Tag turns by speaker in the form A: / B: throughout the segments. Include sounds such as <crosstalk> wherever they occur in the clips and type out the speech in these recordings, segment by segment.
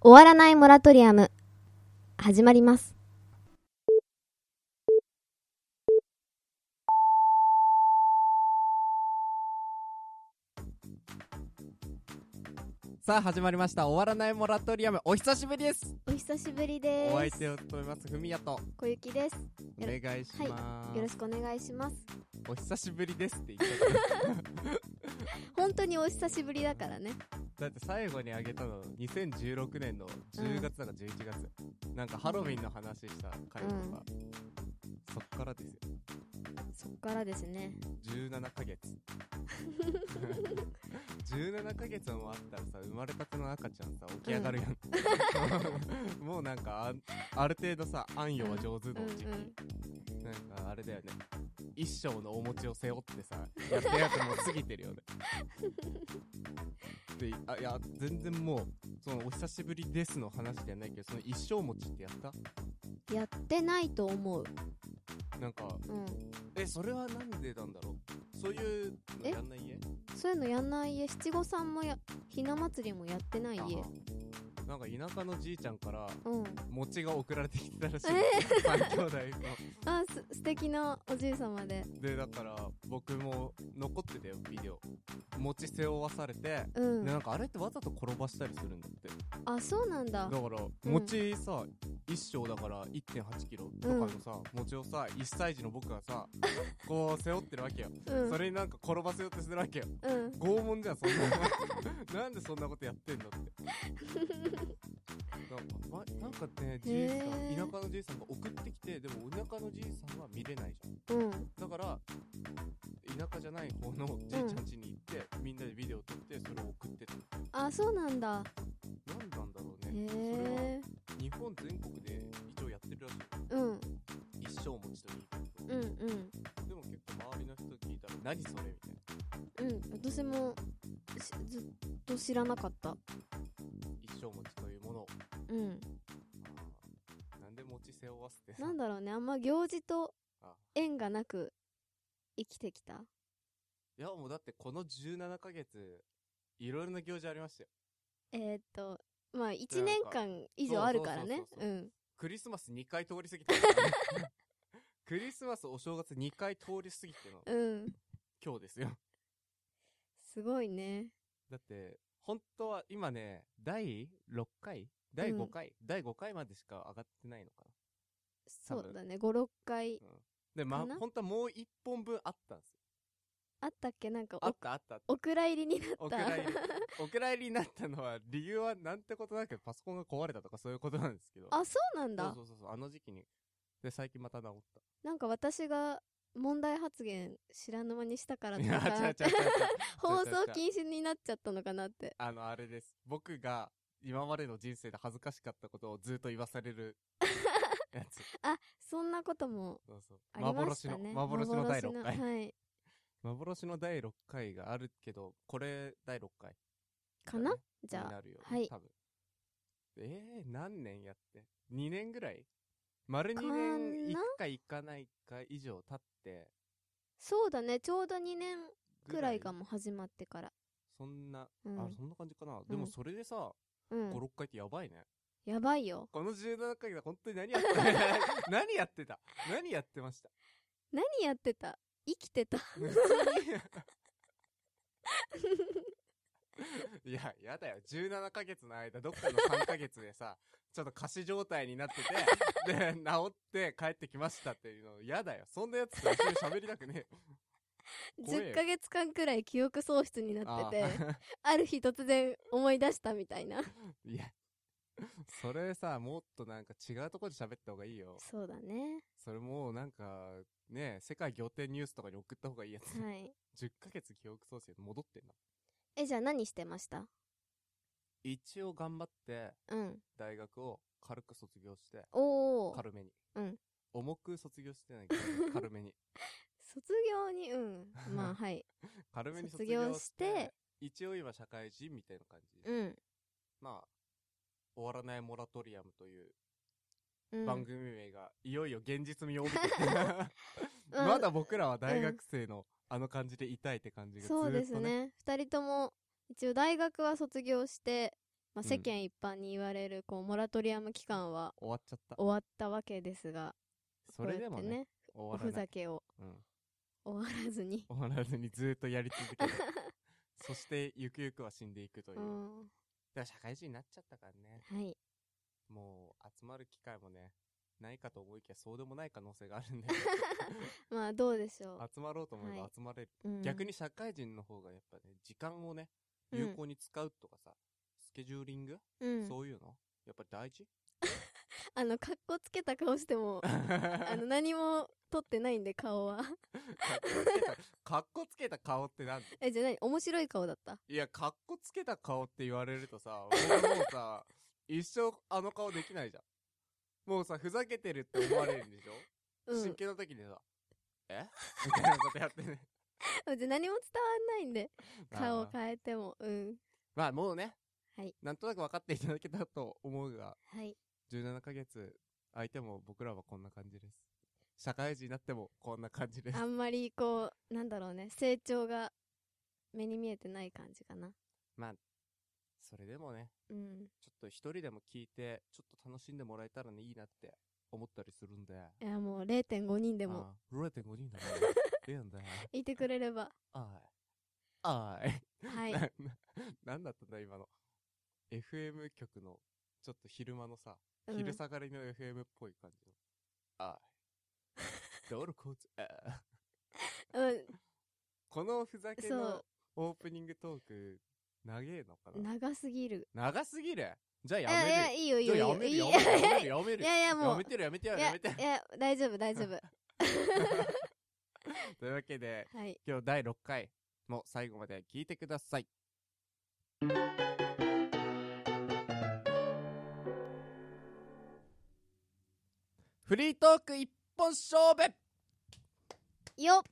A: 終わらないモラトリアム始まります
B: さあ始まりました終わらないモラトリアムお久しぶりです
A: お久しぶりで
B: お相
A: す
B: 手を務めますふみやと
A: 小雪です
B: お願いします、
A: よろしくお願いします
B: お久しぶりですって言っちゃった
A: 本当にお久しぶりだからね
B: だって最後にあげたの2016年の10月だか11月、なんかハロウィンの話した回とか、そっからですよ
A: そっからですね
B: 17ヶ月 <laughs> 17ヶ月もあったらさ生まれたての赤ちゃんさ起き上がるやん、 <laughs> もうなんかあある程度さ安養は上手の時期、なんかあれだよね一生のお餅を背負ってさやったやつもう過ぎて
A: <laughs>
B: るよねであいや全然もうそのお久しぶりですの話じゃないけどその一生餅ってやった
A: やってないと思う
B: なんか
A: うん
B: えそれはなんでなんだろうそういうの
A: え
B: やんない家
A: そういうのやんない家七五三もやひな祭りもやってない家
B: あなんか田舎のじいちゃんから
A: うん
B: 餅が送られてきてたらしい、
A: え
B: 三兄弟
A: あす素敵なおじいさまで
B: のでだから僕も残ってたよビデオ餅背負わされて、
A: う
B: でなんんかあれってわざと転ばしたりするんだって
A: あそうなんだ
B: だから
A: ん
B: 餅さ、一升だから1 8キロとかのさ、餅をさ1歳児の僕が
A: <laughs>
B: さこう背負ってるわけよ、
A: うん
B: それになんか転ばせようとするわけよ
A: うん
B: 拷問じゃんそんななんでそんなことや <laughs> ってんのってなんか、ま、なんかねじいさん
A: へー
B: 田舎のじいさんが送ってきてでも田舎のじいさんは見れないじゃん
A: <laughs> うん
B: だから田舎じゃない方のじいちゃん家に行って、みんなでビデオ撮ってそれを送ってた
A: あそうなんだ
B: 何なんだろう
A: へ
B: ねそれは
A: え
B: 日本全国で一応やってるらしい
A: うん
B: 一生持ちといいけ
A: うんうん
B: どでも結構周りの人聞いたら何それみたいな
A: うん私もしずっと知らなかった
B: 一生持ちというものを
A: うん
B: あーなんで持ち背負わせて
A: なんだろうねあんま行事と
B: あ
A: 縁がなく生きてきた
B: いやもうだってこの17ヶ月いろいろな行事ありましたよ
A: えーっとまあ1年間以上あるからね
B: そうそう
A: う
B: そ
A: ん
B: クリスマス2回通り過ぎてますからね
A: <laughs>
B: クリスマスお正月2回通り過ぎての
A: うん
B: 今日ですよ
A: すごいね
B: だって本当は今ね第6回第5回、第5回までしか上がってないのかな多
A: そ
B: 分
A: うだね56回
B: でま
A: かな
B: 本当はもう1本分あったんですよ
A: あったっけなんか
B: あったあった
A: お蔵入りにな
B: お
A: っ
B: 蔵
A: た
B: 入りお蔵入りになったのは理由はなんてことなくパソコンが壊れたとかそういうことなんですけど
A: <laughs> あそうなんだ
B: そうそうそうそうあの時期にで最近また治っ
A: なんか私が問題発言知らぬ間にした
B: <laughs>
A: から
B: た
A: と
B: いや
A: か
B: 違う違う違う
A: 放
B: 違う違う
A: 送
B: 違う
A: 禁止になっちゃったのかなって
B: あのあれです僕が今までの人生で恥ずかしかったことをずっと言わされ
A: <laughs>
B: るやつ
A: あそんなことも
B: そうそう
A: ありましたね
B: 幻の幻の第6回
A: 幻のはい
B: 幻の第6回があるけどこれ第6回
A: かな
B: だね
A: じゃ
B: に
A: あ
B: なるよね、
A: はい
B: 多分えー、何年やって2年ぐらい丸2
A: かな
B: 年行くか行かないか以上経って
A: そうだねちょうど2年
B: ぐ
A: くらいがもう始まってから
B: そんな、
A: うん
B: あそんな感じかな、でもそれでさ
A: うん
B: 56回ってやばいね
A: やばいよ
B: この17回で本当に
A: <laughs>
B: 何やってた何やってた何やってました
A: 何やってた生き
B: <laughs>
A: てた
B: 普通に <laughs> いややだよ17ヶ月の間どっかの3ヶ月でさ <laughs> ちょっと仮死状態になって
A: <laughs>
B: てで治って帰ってきましたっていうのやだよそんなやつと一緒に喋りたくねえよ怖えよ
A: 10ヶ月間くらい記憶喪失になってて
B: ああ
A: <laughs> ある日突然思い出したみたいな
B: <laughs> いやそれさもっとなんか違うとこで喋った方がいいよ
A: そうだね
B: それもうなんか、ね、世界仰天ニュースとかに送った方がいいやつ。
A: はい
B: 10ヶ月記憶喪失戻ってんな。
A: えじゃあ何してました
B: 一応頑張って、
A: うん
B: 大学を軽く卒業して、
A: おお
B: 軽めに。
A: うん
B: 重く卒業してない
A: <laughs>
B: けど、軽めに。
A: 卒業にうんまあ
B: <laughs>
A: はい
B: 軽めに卒
A: 卒業
B: 業
A: して
B: して、一応今社会人みたいな感じ。
A: うん、
B: まあ、終わらないモラトリアムという
A: うん、
B: 番組名が、いよいよ現実味を帯びてきた
A: <laughs> うん
B: <laughs> まだ僕らは大学生のあの感じでいたいって感じがずーっ
A: そ
B: と
A: う
B: ね。
A: ですね二人とも一応大学は卒業してまあ、
B: ん
A: 世間一般に言われるこうモラトリアム期間は
B: 終わっちゃった
A: 終わったわけですが
B: それでも
A: こう
B: ね
A: やってねお
B: 終わ
A: ふ
B: らな
A: ざ
B: い、
A: けを
B: うん、
A: 終わらず
B: <laughs>
A: に、
B: 終わらずにずーっとやり続
A: <laughs>
B: けてそしてゆくゆくは死んでいくというう、
A: ん、
B: だから社会人になっちゃったからね
A: はい
B: もう集まる機会もねないかと思いきやそうでもない可能性があるん
A: <laughs>
B: で
A: まあどうでしょ
B: 集まろうと思え
A: は
B: ば
A: い
B: 集まれる、
A: う、うん
B: 逆に社会人の方がやっぱね時間をね
A: うん
B: 有効に使うとかさ、スケジューリング、
A: うん、
B: そういうのやっぱり大事
A: あの格好つけた顔して
B: <laughs>
A: もあ
B: あ
A: の何も撮ってないんで顔は <laughs>
B: かっこつけた、かっこつけた顔ってなん
A: えじゃあ何面白い顔だった
B: いや、かっこつけた顔って言われるとさ、俺もう
A: <laughs>
B: さ、一生あの顔できないじゃん。もうさ、ふざけてるって思われるんでしょ、
A: うん <laughs>
B: 真剣な時にさ、えみたいなことやってね。
A: じゃあ何も伝わんないんで顔
B: あー
A: 変えてもうん
B: <laughs> まあもうね、
A: はい
B: なんとなく分かっていただけたと思うが、
A: はい
B: 17ヶ月、相手も僕らはこんな感じです。社会人になってもこんな感じ <laughs> です
A: あ。んまりこうなんだろうね成長が目に見えてない感じかな
B: それでもね、
A: うん
B: ちょっと一人でも聞いて、ちょっと楽しんでもらえたらね、いいなって思ったりするんで。
A: いやもう0.5人でも
B: ああ、0.5人だ
A: <laughs>
B: ね。いいんだ。
A: いてくれれば
B: あい。あ。
A: はい
B: <laughs>
A: い
B: な、ななんだったんだ、今の。FM 局の、ちょっと昼間のさ、
A: うん
B: 昼下がりの FM っぽい感じの。あい。道路交通、ああ
A: うん
B: このふざけ
A: そ
B: のオープニングトーク、長えのか
A: う
B: な
A: 長すぎる
B: 長すぎるじゃあ
A: い
B: や
A: やいや
B: める。
A: いいよいい
B: じ
A: よ
B: ゃ
A: いいよ
B: あやめる、
A: いい
B: や
A: よ
B: める、やめる、やめる。
A: いやいやもう
B: やめてる、やめてる、
A: い
B: や
A: や
B: めてる
A: い。や大丈夫大丈夫
B: <laughs> というわけで、
A: はい
B: 今日第6回も最後まで聞いてください。フリートーク一本勝負
A: よっ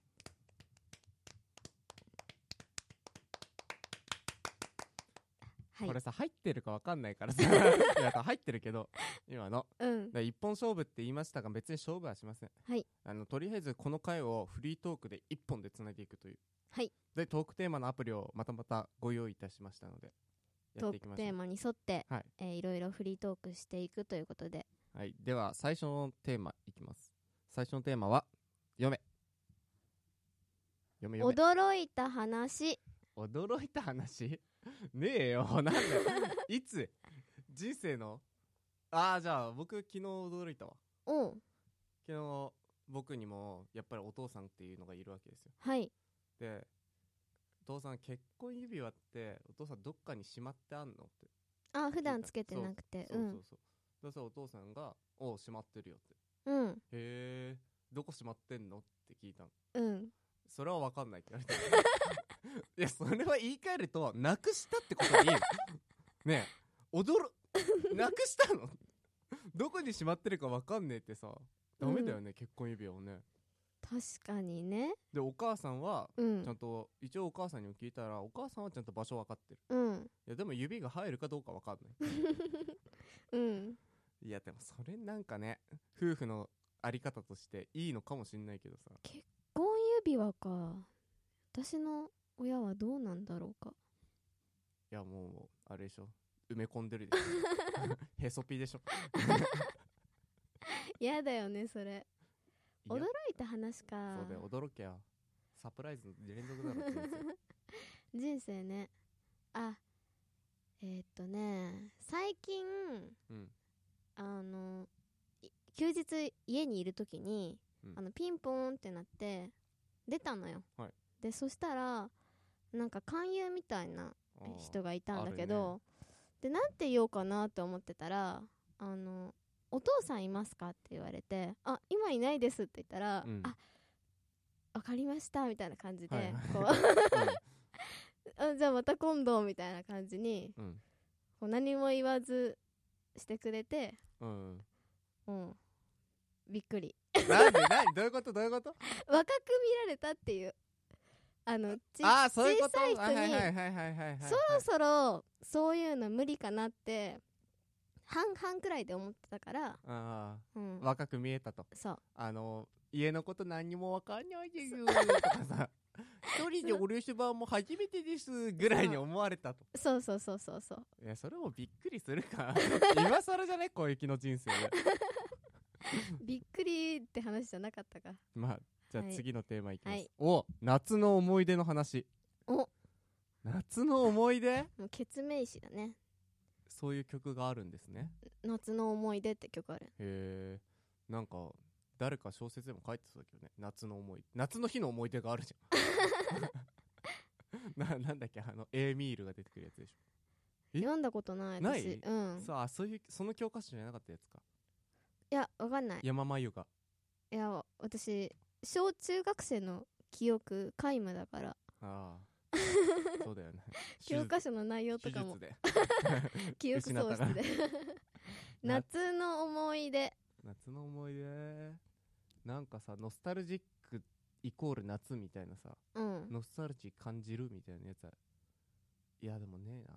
A: はい
B: これさ、入ってるかわかんないからさ、 <laughs> いや入ってるけど、今の。
A: うん
B: で一本勝負って言いましたが、別に勝負はしません。
A: はい
B: あの、とりあえずこの回をフリートークで一本で繋いでいくという。
A: はい。
B: で、トークテーマのアプリをまたまたご用意いたしましたので、や
A: ト
B: ってい
A: ー
B: き
A: ク
B: ましょう
A: テー。マに沿って、
B: はい
A: えーいろいろフリートークしていくということで
B: はい、では最初のテーマいきます最初のテーマは「読め」読め読
A: 驚いた話
B: め驚いた話 <laughs> ねえよなんだよいつ人生のああじゃあ僕昨日驚いたわ
A: うん
B: 昨日僕にもやっぱりお父さんっていうのがいるわけですよ
A: はい
B: で「お父さん結婚指輪ってお父さんどっかにしまってあんの?」って
A: あ普段つけてなくて
B: そううんそうそう、そしたらお父さんが「おうしまってるよ」って
A: うん
B: 「へえどこしまってんの?」って聞いたの
A: うん
B: それは分かんないって言わ <laughs> れていやそれは言い換えるとなくしたってこと <laughs> にねえ驚なくしたのどこにしまってるか分かんねえってさダメだよね、結婚指輪をね
A: 確かにね
B: でお母さんは
A: う
B: ちゃ
A: ん
B: んと、一応お母さんにも聞いたらお母さんはちゃんと場所分かってる
A: うん
B: いやでも指が入るかどうか分かん
A: <laughs>
B: ない
A: うん
B: いやでもそれなんかね夫婦のあり方としていいのかもしんないけどさ
A: 婚指輪か私の親はどうなんだろうか
B: いやもうあれでしょ埋め込んでるでし
A: <laughs>
B: ょへそピでしょ
A: 嫌だよねそれ
B: いや
A: 驚いた話か
B: そうだよ、驚けよ。サプライズの連続だろ、人
A: <laughs>
B: 生
A: 人生ねあえーっとね最近
B: うん。
A: あのい休日家にいる時に、
B: うん
A: あのピンポーンってなって出たのよ、
B: はい
A: でそしたらなんか勧誘みたいな
B: あー
A: 人がいたんだけど、でなんて言おうかなと思ってたら「あのお父さんいますか?」って言われて「あ今いないです」って言ったら「
B: うん
A: あわかりました」みたいな感じで、
B: はい
A: こう <laughs> あじゃあまた今度みたいな感じに
B: うん。
A: こう何も言わずしてくれて
B: うん。うん。
A: うんびっくり <laughs>
B: なんで、なんどういうことどういうこと
A: 若く見られたっていうあのち
B: ああ、そういうこ
A: 小
B: と
A: さい人に
B: はいはいはいはいはいはい。
A: そろそろそういうの無理かなって半々くらいで思ってたから、
B: あ
A: うん
B: あ、、若く見えたと。
A: そう <laughs>
B: あの、家のこと何にもわかんないでよーとかさ。一人でお留守番も初めてですぐらいに思われたと。
A: そうそうそうそうそう
B: いや、それもびっくりするか。 <laughs> 今更じゃね小雪の人生で。
A: びっくりって話じゃなかったか
B: まあ、じゃあ
A: はい
B: 次のテーマいきます。
A: はい
B: お夏の思い出の話。
A: お
B: 夏の思い出 <laughs>
A: もうケツメイシだね
B: そういう曲があるんですね。
A: 夏の思い出って曲ある
B: へえ。なんか、誰か小説でも書いてそうだけどね。夏の思い。夏の日の思い出があるじ
A: <laughs>
B: ゃん。な、なんだっけあの、エーミールが出てくるやつでしえ
A: 読んだことない私
B: ない
A: うん
B: ょ。そう、あ、そういう、その教科書じゃなかったやつか。
A: いやわかんない
B: 山まゆが。
A: いや私小中学生の記憶皆無だから <laughs>
B: ああ。そうだよね。
A: 教科書の内容
B: 手
A: とかも
B: 術で。
A: <laughs> 記憶喪失で
B: な
A: <laughs> 夏の思い出
B: <laughs> 夏の思い出。なんかさ、ノスタルジックイコール夏みたいなさ、
A: うん
B: ノスタルジー感じるみたいなやつあいや、でもねえな。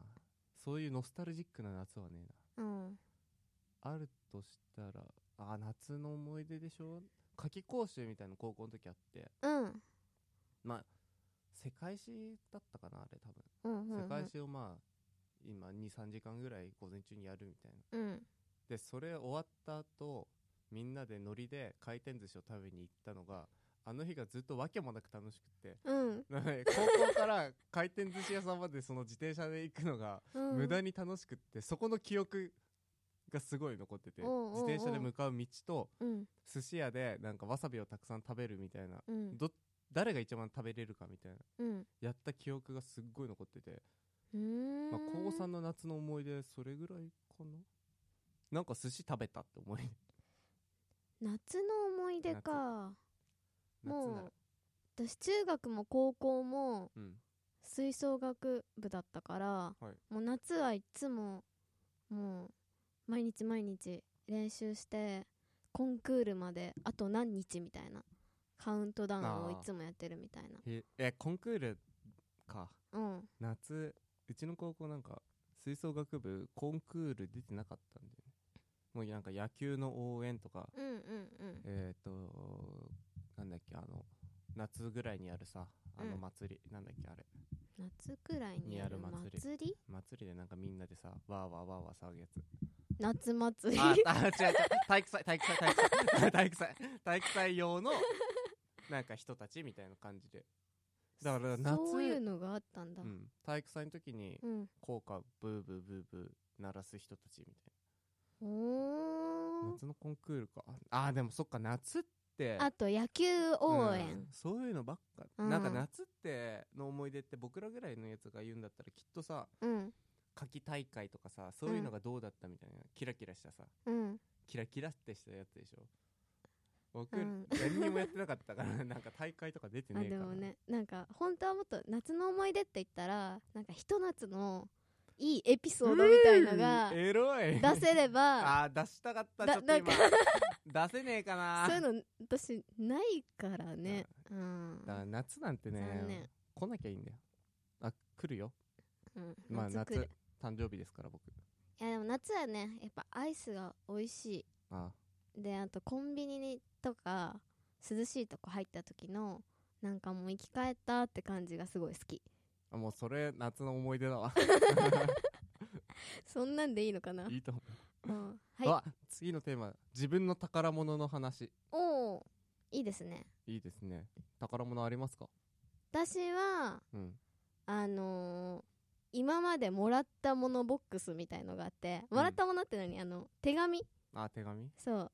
B: そういうノスタルジックな夏はねえな。
A: うん
B: あるとしたら、あ、夏の思い出でしょ夏季講習みたいなの高校の時あって、
A: うん
B: まあ、世界史だったかな、あれ多分。
A: うんうん
B: 世界史をまあ、今2、3時間ぐらい午前中にやるみたいな。
A: うん
B: で、それ終わった後、みんなでノリで回転寿司を食べに行ったのが、あの日がずっと訳もなく楽しくて、
A: うん
B: なので <laughs> 高校から回転寿司屋さんまでその自転車で行くのが、
A: うん
B: 無駄に楽しくって、そこの記憶がすごい残ってて、
A: おうおうおう
B: 自転車で向かう道と、
A: うん
B: 寿司屋でなんかわさびをたくさん食べるみたいな、
A: うん
B: ど誰が一番食べれるかみたいな
A: うん
B: やった記憶がすっごい残ってて、
A: うーん
B: まあ、高3の夏の思い出それぐらいかななんか寿司食べたって思い
A: 夏の思い出か
B: 夏なら
A: もう私中学も高校も
B: うん
A: 吹奏楽部だったから、
B: い
A: もう夏はいつももう毎日毎日練習してコンクールまであと何日みたいなカウントダウンを
B: あー
A: いつもやってるみたいな
B: へえコンクールか
A: うん
B: 夏うちの高校なんか吹奏楽部コンクール出てなかったんで、ね、もうなんか野球の応援とか
A: うんうん
B: えっ、ー、となんだっけあの夏ぐらいにあるさあの
A: うん
B: 祭り、なんだっけあれ
A: うん夏くらいにやる
B: にやる
A: 祭り
B: 祭祭りでなんかみんなでさわーわーわーわー騒ぐやつ
A: 夏祭り
B: ああ違う違う体育祭体育祭体育祭 <laughs> 体育祭体育祭用のなんか人たちみたいな感じでだから夏
A: <laughs> そういうのがあったんだ
B: うん、体育祭の時に
A: うん、
B: 効果ブーブーブーブー鳴らす人たちみたいな
A: おー
B: 夏のコンクールかあーでもそっか夏って
A: あと野球応
B: う
A: 援
B: んそういうのばっか、
A: うん
B: なんか夏っての思い出って僕らぐらいのやつが言うんだったらきっとさ
A: うん
B: 夏季大会とかさそういうのがどうだったみたいな、キラキラしたさ
A: うん
B: キラキラってしたやつでしょ僕、
A: うん
B: 何にもやってなかったから <laughs> なんか大会とか出て
A: あ
B: ねえ
A: で
B: から
A: もねなんか本当はもっと夏の思い出って言ったらなんかひと夏のいいエピソードみたいのが
B: うんエロい
A: 出せれば
B: <laughs> あー出したかった
A: だ
B: ちょっと今
A: な
B: 出せねえかな
A: そういうの私ないからねうん
B: だから夏なんて
A: 残念
B: ね来なきゃいいんだよあ来るよ
A: うん
B: まあ
A: 夏
B: 夏
A: 来る
B: 誕生日ですから僕
A: いやでも夏はねやっぱアイスが美味し
B: あ
A: いであとコンビニにとか涼しいとこ入った時のなんかもう生き返ったって感じがすごい好き
B: あもうそれ夏の思い出
A: <laughs>
B: だわ
A: そんなんでいいのかな、
B: いいと思
A: うん、
B: う、
A: はい
B: あ次のテーマ自分の宝物の話
A: おおいいですね
B: いいですね宝物ありますか
A: 私は
B: うん
A: あのー今までもらったものボックスみたいのがあってもらったものって何、あの手紙
B: あ手紙
A: そう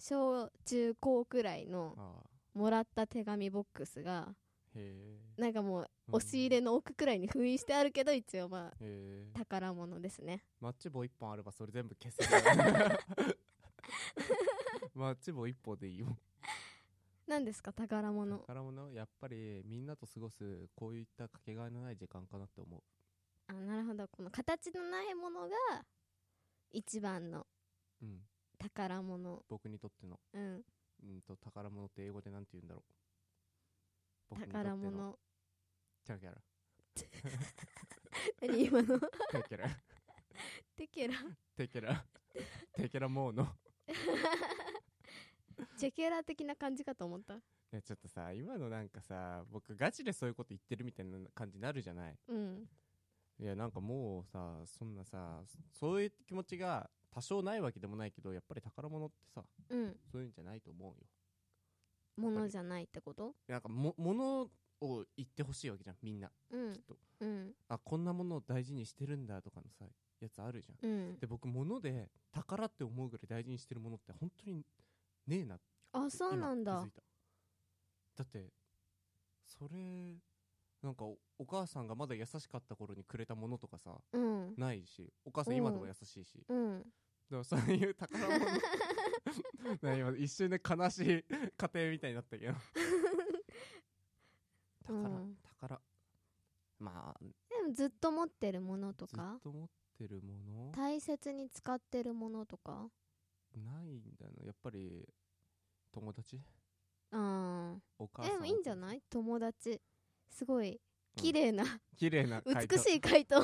A: 小中高くらいの
B: あ
A: もらった手紙ボックスが
B: ーへえ
A: なんかもう押し入れの奥くらいに封印してあるけど一応まあ
B: へえ
A: 宝物ですね
B: マッチ棒一本あればそれ全部消せ
A: <laughs>
B: るマッチ棒一本でいいよ
A: 何ですか宝物
B: 宝物やっぱりみんなと過ごすこういったかけがえのない時間かなって思う
A: あなるほどこの形のないものが一番の
B: うん
A: 宝物
B: 僕にとっての
A: うん
B: うんと宝物って英語でなんて言うんだろう僕にとって
A: 宝
B: の
A: 物
B: キャラキャラ
A: 何 <laughs> 今の
B: テケラ
A: テケラ
B: テ
A: <laughs>
B: ケラテケラモーの
A: ジェケラ的な感じかと思った
B: やちょっとさ今のなんかさ僕ガチでそういうこと言ってるみたいな感じになるじゃない
A: うん
B: いやなんかもうさそんなさそういう気持ちが多少ないわけでもないけどやっぱり宝物ってさ
A: うん
B: そういうんじゃないと思うよ
A: ものじゃないってこと
B: なんかも物を言ってほしいわけじゃんみんな
A: う
B: きっ
A: ん
B: と、
A: うん
B: あこんなものを大事にしてるんだとかのさやつあるじゃん
A: うん
B: で僕物で宝って思うぐらい大事にしてるものって本当にねえなって
A: あそうなん
B: 今
A: だ
B: 気づいただってそれなんかおお母さんがまだ優しかった頃にくれたものとかさ
A: うん
B: ないしお母さん今でも優しいし、
A: うん
B: だからそういう宝物 <laughs> なんか今一瞬で悲しい家庭みたいにな
A: <laughs>
B: ったけど宝、
A: うん
B: 宝まあ
A: でもずっと持ってるものと
B: ずっ
A: か
B: と持ってるもの
A: 大切に使ってるものとか
B: ないんだなやっぱり友達
A: うん
B: お母さん
A: でもいいんじゃ
B: い
A: ない友達すごい綺麗な、
B: 綺麗な <laughs> 回答
A: 美しい回答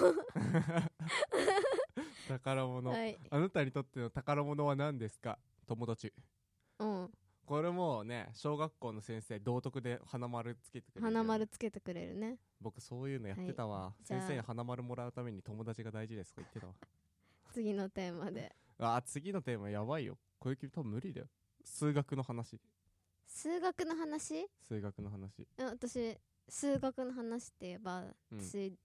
B: 宝物、
A: <laughs> はい
B: あなたにとっての宝物は何ですか友達
A: うん
B: これもうね小学校の先生道徳で花丸つけてくれる
A: 花丸つけてくれるね
B: 僕そういうのやってたわ、
A: じゃあ
B: 先生に花丸もらうために友達が大事ですとか言ってたわ
A: 次のテーマで
B: あー次のテーマやばいよ小雪多分無理だよ数学の話
A: 数学の話
B: 数学の話
A: うん私数学の話って言えば、
B: うん
A: 私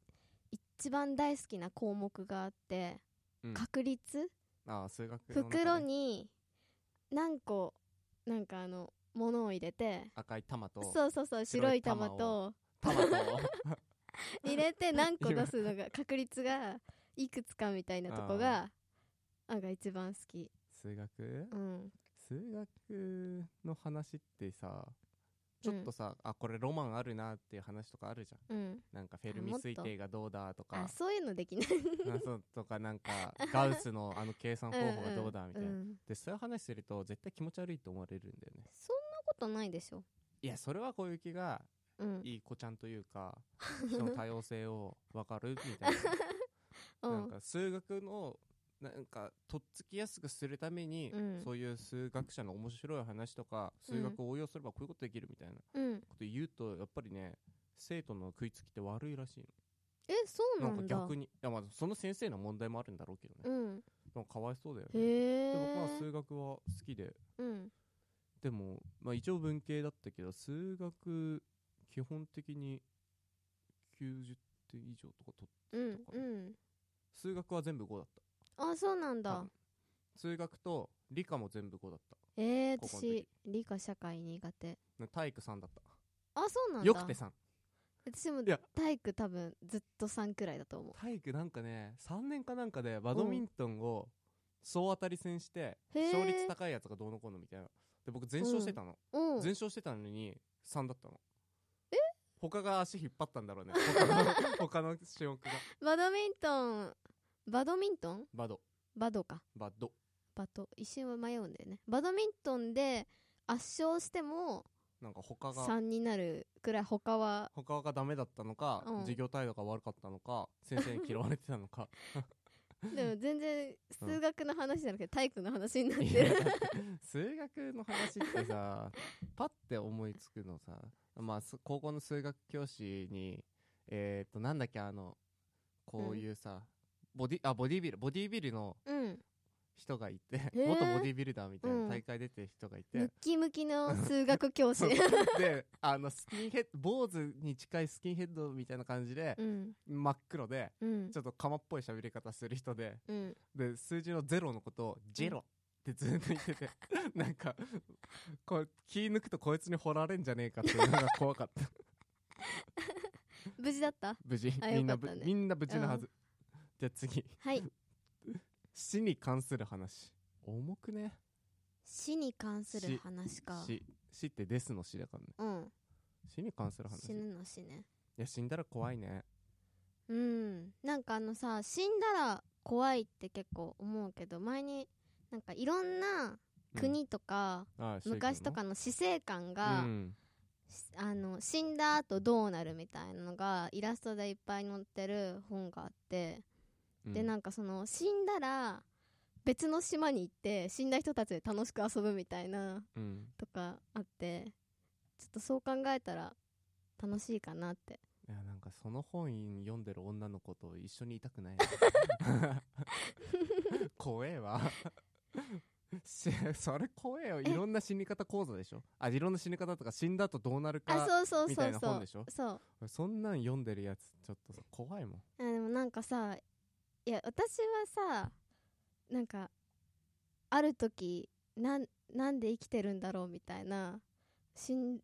A: 一番大好きな項目があって、
B: うん
A: 確率
B: あー数学の中で
A: 袋に何個なんかあのものを入れて
B: 赤い玉と
A: そうそうそう白い玉
B: 白い玉
A: と
B: 玉と
A: 入れて何個出すのが確率がいくつかみたいなとこがなんか一番好き
B: 数学
A: うん
B: 数学の話ってさちょっとさ、あこれロマンあるなっていう話とかあるじゃ
A: うん
B: んなんかフェルミ
A: あもっと
B: 推定がどうだとか
A: あそういうのできない
B: あそうとかなんかガウスのあの計算方法がどうだみたいな、
A: んんうん
B: でそういう話すると絶対気持ち悪いと思われるんだよね
A: そんなことないでしょ
B: いやそれは小雪が
A: うん
B: いい子ちゃんというかその多様性を分かるみたい
A: <laughs>
B: な
A: う
B: なん
A: ん
B: か数学のなんかとっつきやすくするために、
A: うん
B: そういう数学者の面白い話とか数学を応用すればこういうことできるみたいなこ
A: うん
B: と言うとやっぱりね生徒の食いつきって悪いらしい
A: えそう
B: の
A: な
B: なんか
A: んだ
B: 逆にいやまあその先生の問題もあるんだろうけどね、
A: うん
B: なんかかわいそうだよね
A: へえ
B: で僕は数学は好きで
A: うん
B: でも、まあ、一応文系だったけど数学基本的に90点以上とかと
A: うんうん
B: 数学は全部5だった
A: あそうなん
B: 多
A: だ
B: 分数学と理科も全部5だっ
A: えー、
B: 高校の時
A: 私理科社会苦手
B: たな体育3だっ
A: あそうなん
B: た
A: だ
B: よくて3
A: 私も
B: いや
A: 体育多分ずっと3くらいだと思
B: 体育なんかね3年かなんかでバドミントンを総当たり戦して
A: へー
B: 勝率高いやつがどうのこうのみたいなで僕全勝してたの、
A: ううん
B: 全勝してたのに3だったの他が足引っ張ったんだろ
A: <laughs>
B: うね他の他の種目が
A: バドミントンバドミントン
B: バド
A: バドか
B: バド
A: バド一瞬は迷うんだよねバドミントンで圧勝しても
B: なんか他が
A: 3になるくらい他
B: <laughs>
A: は
B: 他がダメだったのか、
A: うん
B: 授業態度が悪かったのか先生に嫌われてたの
A: <laughs>
B: か
A: でも全然
B: うん
A: 数学の話じゃなくて体育の話になっ
B: い
A: て
B: や
A: る
B: 数学の話ってさパッて思いつくのさ、まあ、す高校の数学教師にえっ、となんだっけあのこういうさ、ボディあボディビルボディビルの
A: うん
B: 人がいて、
A: ー
B: 元ボディビルダーみたい
A: うん
B: な大会出てる人がいて、
A: ムッキムキの数学教
B: <laughs>
A: 師
B: であのスキンヘッド坊主に近いスキンヘッドみたいな感じで
A: う、ん
B: 真っ黒で
A: うん
B: ちょっと釜っぽい喋り方する人で
A: うん
B: で数字のゼロのことを「ジェロ」ってずっと言っ
A: <laughs>
B: ててなんかこう気抜くとこいつに掘られんじゃねえかっていうのが怖かった
A: 無事だった
B: 無事
A: あ
B: みんな
A: よか
B: ぶ、
A: ったね
B: みんな無事なはず、じゃあ次 <laughs>
A: はい
B: 死に関する話重くね
A: 死に関する話か
B: 死死ってデスの死だからね
A: うん
B: 死に関する話
A: 死
B: い
A: ぬの死ね
B: や死んだら怖いね
A: うんなんかあのさ死んだら怖いって結構思うけど前になんかいろんな
B: うん
A: 国とか、
B: ああ
A: 昔とかの死生観が、
B: うん
A: しあの死んだ後どうなるみたいなのがイラストでいっぱい載ってる本があって、でなんかその死んだら別の島に行って死んだ人たちで楽しく遊ぶみたいな
B: うん
A: とかあってちょっとそう考えたら楽しいかなって
B: いやなんかその本読んでる女の子と一緒にいたくない
A: <laughs>
B: 怖えわしそれ怖えよいろんな死に方講座でしょあいろんな死に方とか死んだ後どうなる
A: あ
B: か
A: そうそう
B: み
A: そ
B: た
A: う
B: いな
A: そ
B: 本
A: う
B: でしょ
A: そう
B: そんなん読んでるやつちょっとさ怖いもん
A: あでもなんかさいや私はさなんかある時なんなんで生きてるんだろうみたいな死ん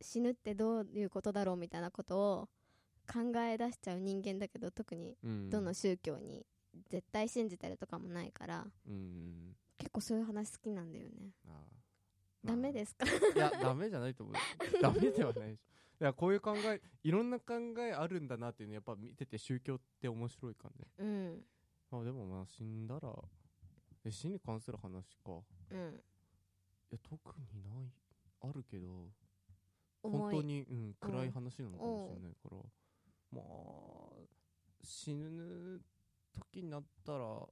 A: 死ぬってどういうことだろうみたいなことを考え出しちゃう人間だけど特に
B: うん
A: どの宗教に絶対信じたりとかもないから
B: うん
A: 結構そういう話好きなんだよね
B: あー
A: ダメ
B: す
A: です
B: <laughs>
A: か
B: いや、ダメじゃないと思う <laughs> よ。ダメではないでしょ。いや、こういう考え、いろんな考えあるんだなっていうの、やっぱ見てて宗教って面白いかね。
A: うん
B: まあでもまあ死んだら、え死に関する話か。
A: うん
B: いや、特にない、あるけど、
A: 重
B: 本当
A: い
B: に、うん、暗い話なのかもし
A: う
B: れないから。まあ、死ぬ時になったら、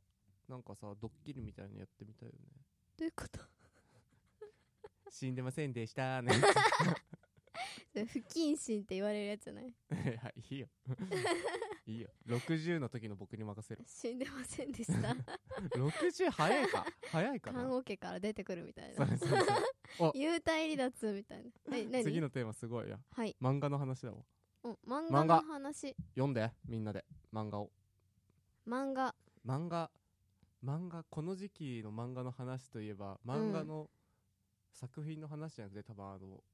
B: なんかさ、ドッキリみたいなのやってみ
A: <laughs>
B: たいよね。
A: どういうこと <laughs>
B: 死んでませんでしたーね。
A: それ不謹慎って言われるやつじゃない
B: いや、い
A: <laughs>
B: いよ。いいよ。60の時の僕に任せろ。
A: 死んでませんでした
B: <laughs> 60早いか。早いかな
A: 看。護家から出てくるみたい
B: そ
A: な
B: うそうそう
A: 幽体離脱みたいな
B: <laughs>
A: え何
B: 次のテーマすごいや。
A: はい
B: 漫画の話だわ。
A: お漫
B: 画
A: 画の話
B: 読んで、みんなで。漫画を。
A: 漫画
B: 漫画、漫画、この時期の漫画の話といえば、漫画の作品の話じゃなくて、多分あの、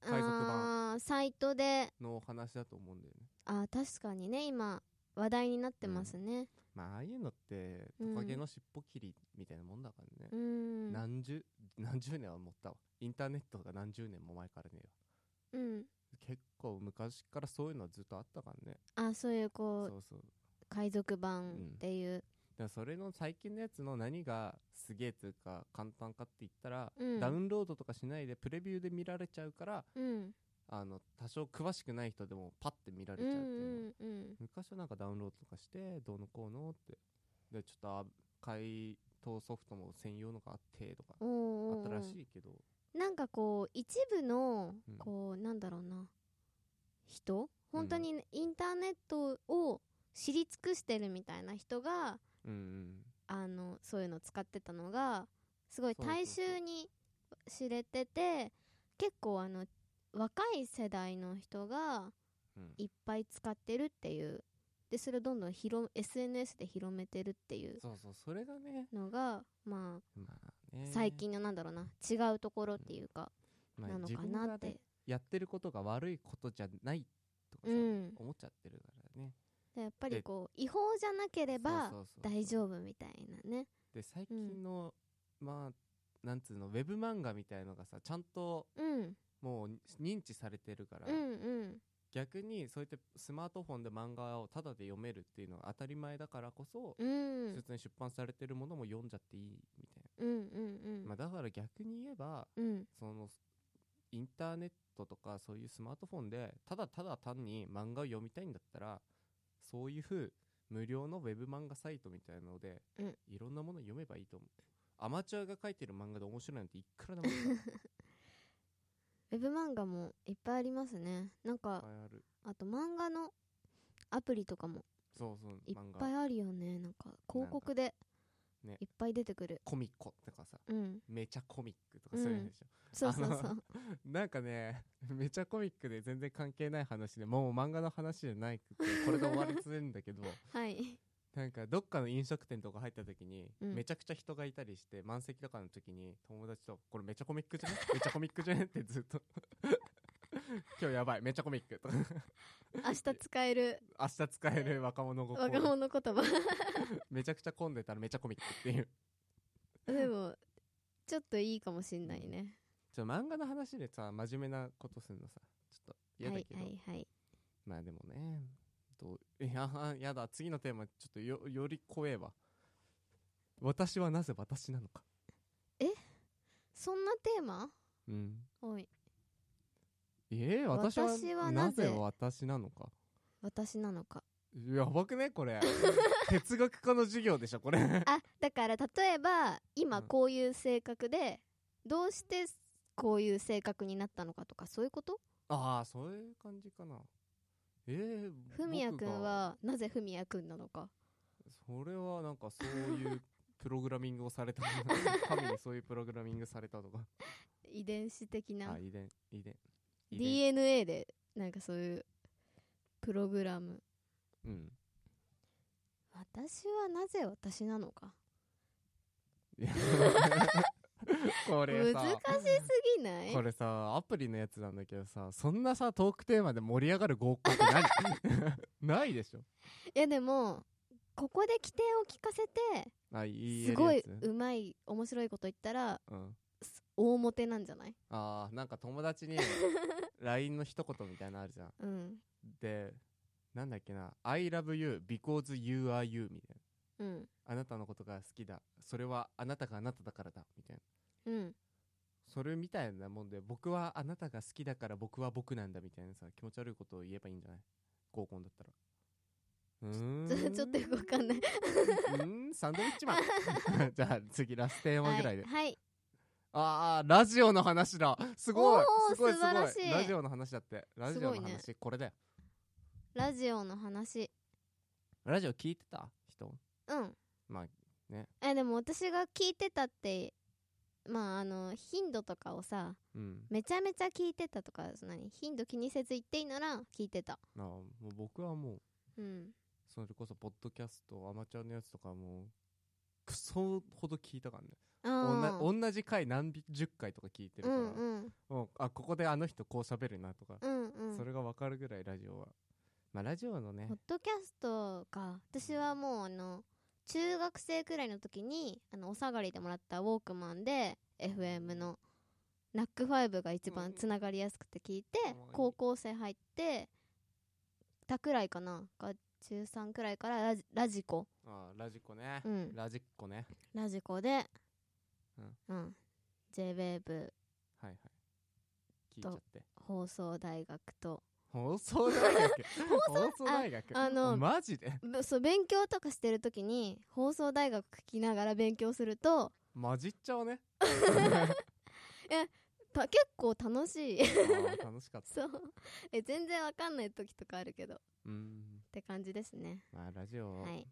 B: 海賊版
A: あーサイトで
B: の話だと思うんだよね。
A: あー確かにね今話題になってますね
B: まあ、ああいうのって、
A: うん
B: トカゲの尻尾切りみたいなもんだからね
A: う。ん
B: 何十、何十年は持ったわ。インターネットが何十年も前からねえわ
A: うん
B: 結構昔からそういうのはずっとあったからね
A: あそういう
B: そ
A: こう
B: うそうだか
A: 海賊版っていう
B: らそれの最近のやつの何がすげえというか簡単かって言ったら、
A: うん
B: ダウンロードとかしないでプレビューで見られちゃうから
A: うん
B: あの多少詳しくない人でもパッて見られ
A: う
B: ちゃ
A: ん
B: う
A: う
B: っていうのが、
A: んうん
B: 昔はなんかダウンロードとかしてどうのこうのってでちょっとあ解凍ソフトも専用のがあってとか
A: おー
B: あ
A: お
B: った
A: ー
B: ら
A: お
B: し
A: ー
B: いけど
A: なんかこう一部の
B: うん
A: こうなんだろうな人本当にインターネットを知り尽くしてるみたいな人が
B: うんうん
A: あのそういうの使ってたのがすごい
B: そうそうそう
A: 大衆に知れてて結構あの若い世代の人が
B: うん
A: いっぱい使ってるっていうでそれをどんどん広 SNS で広めてるっていう
B: そうそうそれがね
A: のがまあ
B: まあね
A: 最近のなんだろうな違うところっていうか
B: まあ
A: なの
B: 自
A: か
B: 分が
A: なっ
B: ね
A: て。
B: やってることが悪いことじゃないとかさ、
A: うん、
B: 思っちゃってるからね
A: でやっぱ
B: で
A: りこう違法じゃなければ
B: そうそうそう
A: 大丈夫みたいなね
B: で最近の、まあなんつうのウェブ漫画みたいのがさちゃんと
A: うん
B: もう認知されてるから、
A: うんうん
B: 逆にそうやってスマートフォンで漫画をタダで読めるっていうのは当たり前だからこそ、
A: うん
B: 普通に出版されてるものも読んじゃっていいみた
A: う
B: い
A: んうん
B: な、まあ、だから逆に言えば
A: うんうん
B: そのインターネットとかそういうスマートフォンでただただ単に漫画を読みたいんだったらそういう風無料のウェブ漫画サイトみたいなので、
A: うん
B: いろんなもの読めばいいと思うアマチュアが書いてる漫画で面白いなんていくらでもいっ
A: ウェブ漫画もいっぱいありますねなん
B: ぱ
A: か
B: いある
A: あと漫画のアプリとかも
B: そうそう
A: いっ
B: 漫
A: ぱい
B: 画
A: あるよねなんか広告で
B: ね
A: いっぱい出てくる
B: コミコとかさ
A: うん
B: めちゃコミックとかそういうのでしょ、
A: そうそう
B: あ
A: そ
B: の
A: う
B: なんかね <laughs> めちゃコミックで全然関係ない話でもう漫画の話じゃないくてこれで終わりつるんだ
A: <laughs>
B: けど <laughs>
A: はい
B: なんかどっかの飲食店とか入った時に、
A: うん
B: めちゃくちゃ人がいたりして満席とかの時に友達と「これめちゃコミックじゃね <laughs> めちゃコミックじゃね?」ってずっと <laughs> 「今日やばいめちゃコミック」 <laughs> とか
A: 明日使える
B: 「明日使える若者ごっこ
A: 若者言葉
B: めちゃくちゃ混んでたらめちゃコミック」っていう
A: でもちょっといいかもしんないね
B: ちょ漫画の話でさ真面目なことするのさちょっと
A: は
B: 嫌
A: い
B: だ
A: はい
B: けど、
A: はい
B: まあでもねどう <laughs> いやあやだ次のテーマちょっとよより怖えわ私はなぜ私なのか
A: そんなテーマ
B: うん
A: おい
B: えー、私は
A: 私は
B: な
A: なぜ
B: ぜ私なのか
A: 私なのか
B: やばくねこ
A: <laughs>
B: れ哲学科の授業でしょこれ <laughs>
A: あだから例えば
B: う
A: 今
B: ん
A: こういう性格でどうしてこういう性格になったのかとかそういうこと
B: ああそういう感じかなえー、
A: ふみやくん
B: 僕が
A: はなぜふみやくんなのか
B: それはなんかそういうプログラミングをされた神にそういうプログラミングされたと
A: <laughs>
B: か
A: 遺伝子的な
B: あ遺伝遺伝遺伝
A: DNA でなんかそういうプログラム
B: うん
A: 私はなぜ私なのか
B: いや <laughs>
A: 難
B: こ
A: し
B: れさ
A: すぎない
B: これさアプリのやつなんだけどさそんなさトークテーマで盛り上がる合コンって何 <laughs> ないでしょ
A: いやでもここで規定を聞かせて
B: あいい
A: すご
B: や
A: い
B: るやつ
A: うまい面白いこと言ったら
B: うん、
A: す大モテなんじゃない
B: あーなんか友達
A: <laughs>
B: に LINE の一言みたいなのあるじゃん
A: うん
B: でなんだっけな「I love you because you are you」みたいな
A: うん
B: 「あなたのことが好きだそれはあなたがあなただからだ」みたいな
A: うん
B: それみたいなもんで僕はあなたが好きだから僕は僕なんだみたいなさ気持ち悪いことを言えばいいんじゃない合コンだったらうー
A: <laughs>
B: ん
A: ちょっとよくわかんないう
B: ーんサンドウィッチマンじゃあ次ラステーマぐらいで、
A: はい、はい、
B: ああラジオの話だすごい
A: おー
B: すごいす
A: 素
B: ご
A: 晴
B: い
A: らしい
B: ラジオの話だってラジオの
A: すごい
B: 話、
A: ね
B: これだよ
A: ラジオの話
B: ラジオ聞いてた人
A: うん
B: まあ
A: えでも私が聞いてたってまああの頻度とかをさ
B: うん
A: めちゃめちゃ聞いてたとかその何頻度気にせず言っていいなら聞いてた
B: あーもう僕はもう
A: うん
B: それこそポッドキャストアマチュアのやつとかもうクソほど聞いたからねおんな
A: あー
B: 同じ回何十回とか聞いてる
A: う
B: から、
A: んうん
B: もうあここであの人こう喋るなとか、
A: うんうん
B: それが分かるぐらいラジオはまあラジオのね
A: ポッドキャストか私はもうあの中学生くらいの時にあのお下がりでもらったウォークマンで FM のナックファイブが一番つながりやすくて聞いて
B: うん
A: 高校生入ってたくらいかなが中3くらいからラジラジコ
B: あーラジコね、
A: うん
B: ラジっコね
A: ラジコで
B: うん、
A: うん、JWAVE
B: はいはい聞いちゃって
A: 放送大学と
B: 放
A: <laughs>
B: 送大学放送大学
A: ああの
B: マジで
A: ぶそう勉強とかしてる時に放送大学聞きながら勉強すると
B: 混じっち
A: <laughs>
B: ゃうね
A: た結構楽しい
B: あー楽しかった
A: そうえ全然わかんない時とかあるけどっ
B: うん
A: て感じですね
B: まあラジオ、
A: はい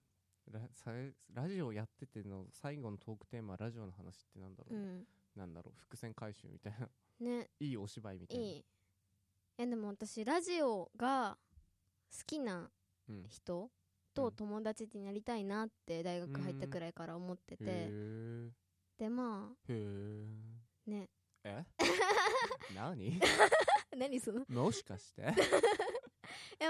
B: ラさラジオやってての最後のトークテーマラジオの話ってなんだろ
A: う
B: う、
A: ん
B: なんだろう伏線回収みたいな
A: ね
B: いいお芝居みた
A: い
B: いない
A: いやでも私ラジオが好きな
B: うん、へ
A: 人
B: う
A: と
B: ん
A: 友達になりたいなって大学入ったくらいから思ってて
B: え
A: でま
B: へえ
A: あね
B: <laughs> え何
A: <laughs> 何そのい
B: もしかして
A: や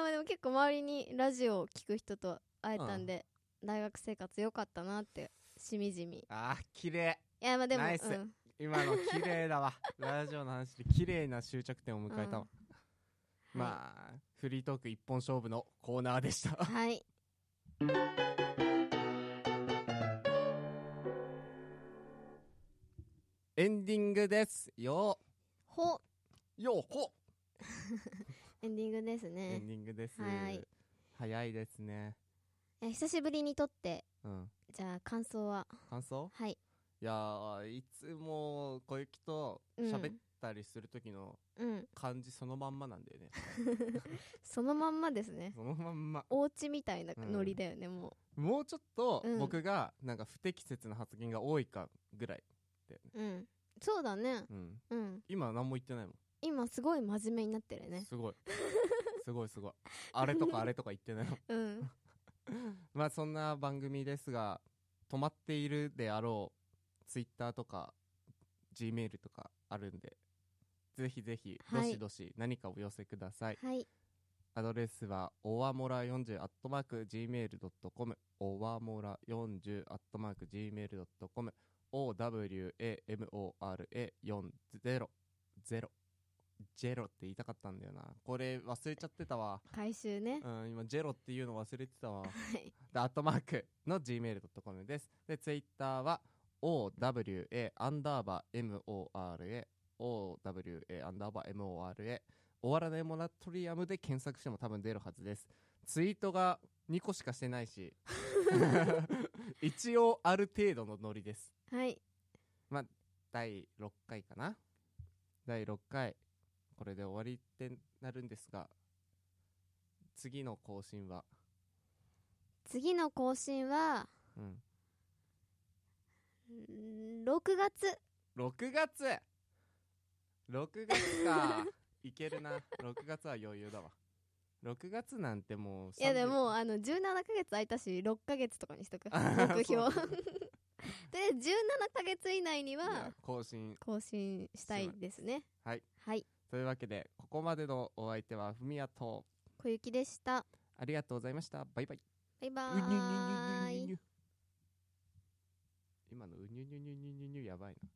A: まあでも結構周りにラジオを聞く人と会えたんで大学生活良かったなってしみじみい
B: あー綺麗
A: やまあでも
B: ナイス
A: うん
B: 今の綺麗だわラジオの話で綺麗な終着点を迎えたわ、
A: うん
B: まあ、フリートーク一本勝負のコーナーでした <laughs>
A: はい
B: エンディングですよ
A: ほ
B: よほ
A: エンディングです
B: エ
A: ね
B: ンディングです
A: はい
B: 早いですね
A: え久しぶりに撮って
B: うん
A: じゃあ感想は
B: 感想
A: はい
B: いやーいつも小雪と喋ったりする時の
A: うん
B: 感じそのまんまなんだよね、
A: そのまんまですね
B: そのまんま
A: お家みたいな
B: うん
A: ノリだよね、も
B: もうちょっと
A: うん
B: 僕がなんか不適切な発言が多いかぐらい、
A: ううんそうだね
B: うん、
A: うん
B: 今何も言ってないもん
A: 今すごい真面目になってるね
B: すごい <laughs> すごいすごいあれとかあれとか言ってないの
A: うん
B: <laughs> まあそんな番組ですが止まっているであろうツイッターとか G メールとかあるんでぜひぜひど
A: はい
B: しどし何かお寄せください、
A: はい
B: アドレスはおわもら40アットマーク Gmail.com おわもら40アットマーク Gmail.com OWAMORA400 ゼロジェロって言いたかったんだよなこれ忘れちゃってたわ
A: 回収ね
B: うん今ジェロっていうの忘れてたわ
A: はい
B: でアットマークの gmail.com です。で、ツイッターは owa アンダーバー mora owa アンダーバー mora 終わらないモラトリアムで検索しても多分出るはずです。ツイートが2個しかしてないし、一応ある程度のノリです。
A: はい
B: 第6回かな第6回これで終わりってなるんですが次の更新は、
A: 次の更新は
B: うん、
A: うん6月
B: 6月6月
A: <laughs>
B: かいけるな6月は余裕だわ6月なんてもう
A: いやでも
B: 300
A: あの17ヶ月空いたし6ヶ月とかにしとく
B: あー
A: 目標
B: そう
A: で17ヶ月以内に
B: いや
A: は
B: 更新
A: 更新したいですね
B: はい
A: はい
B: というわけでここまでのお相手はふみやと
A: 小雪でした
B: ありがとうございましたバイバイ
A: バイ
B: う
A: バ
B: に
A: ーイ
B: ゅにゅにゅにゅにゅにゅにゅ今のうにゅにゅにゅにゅにゅにゅやばいな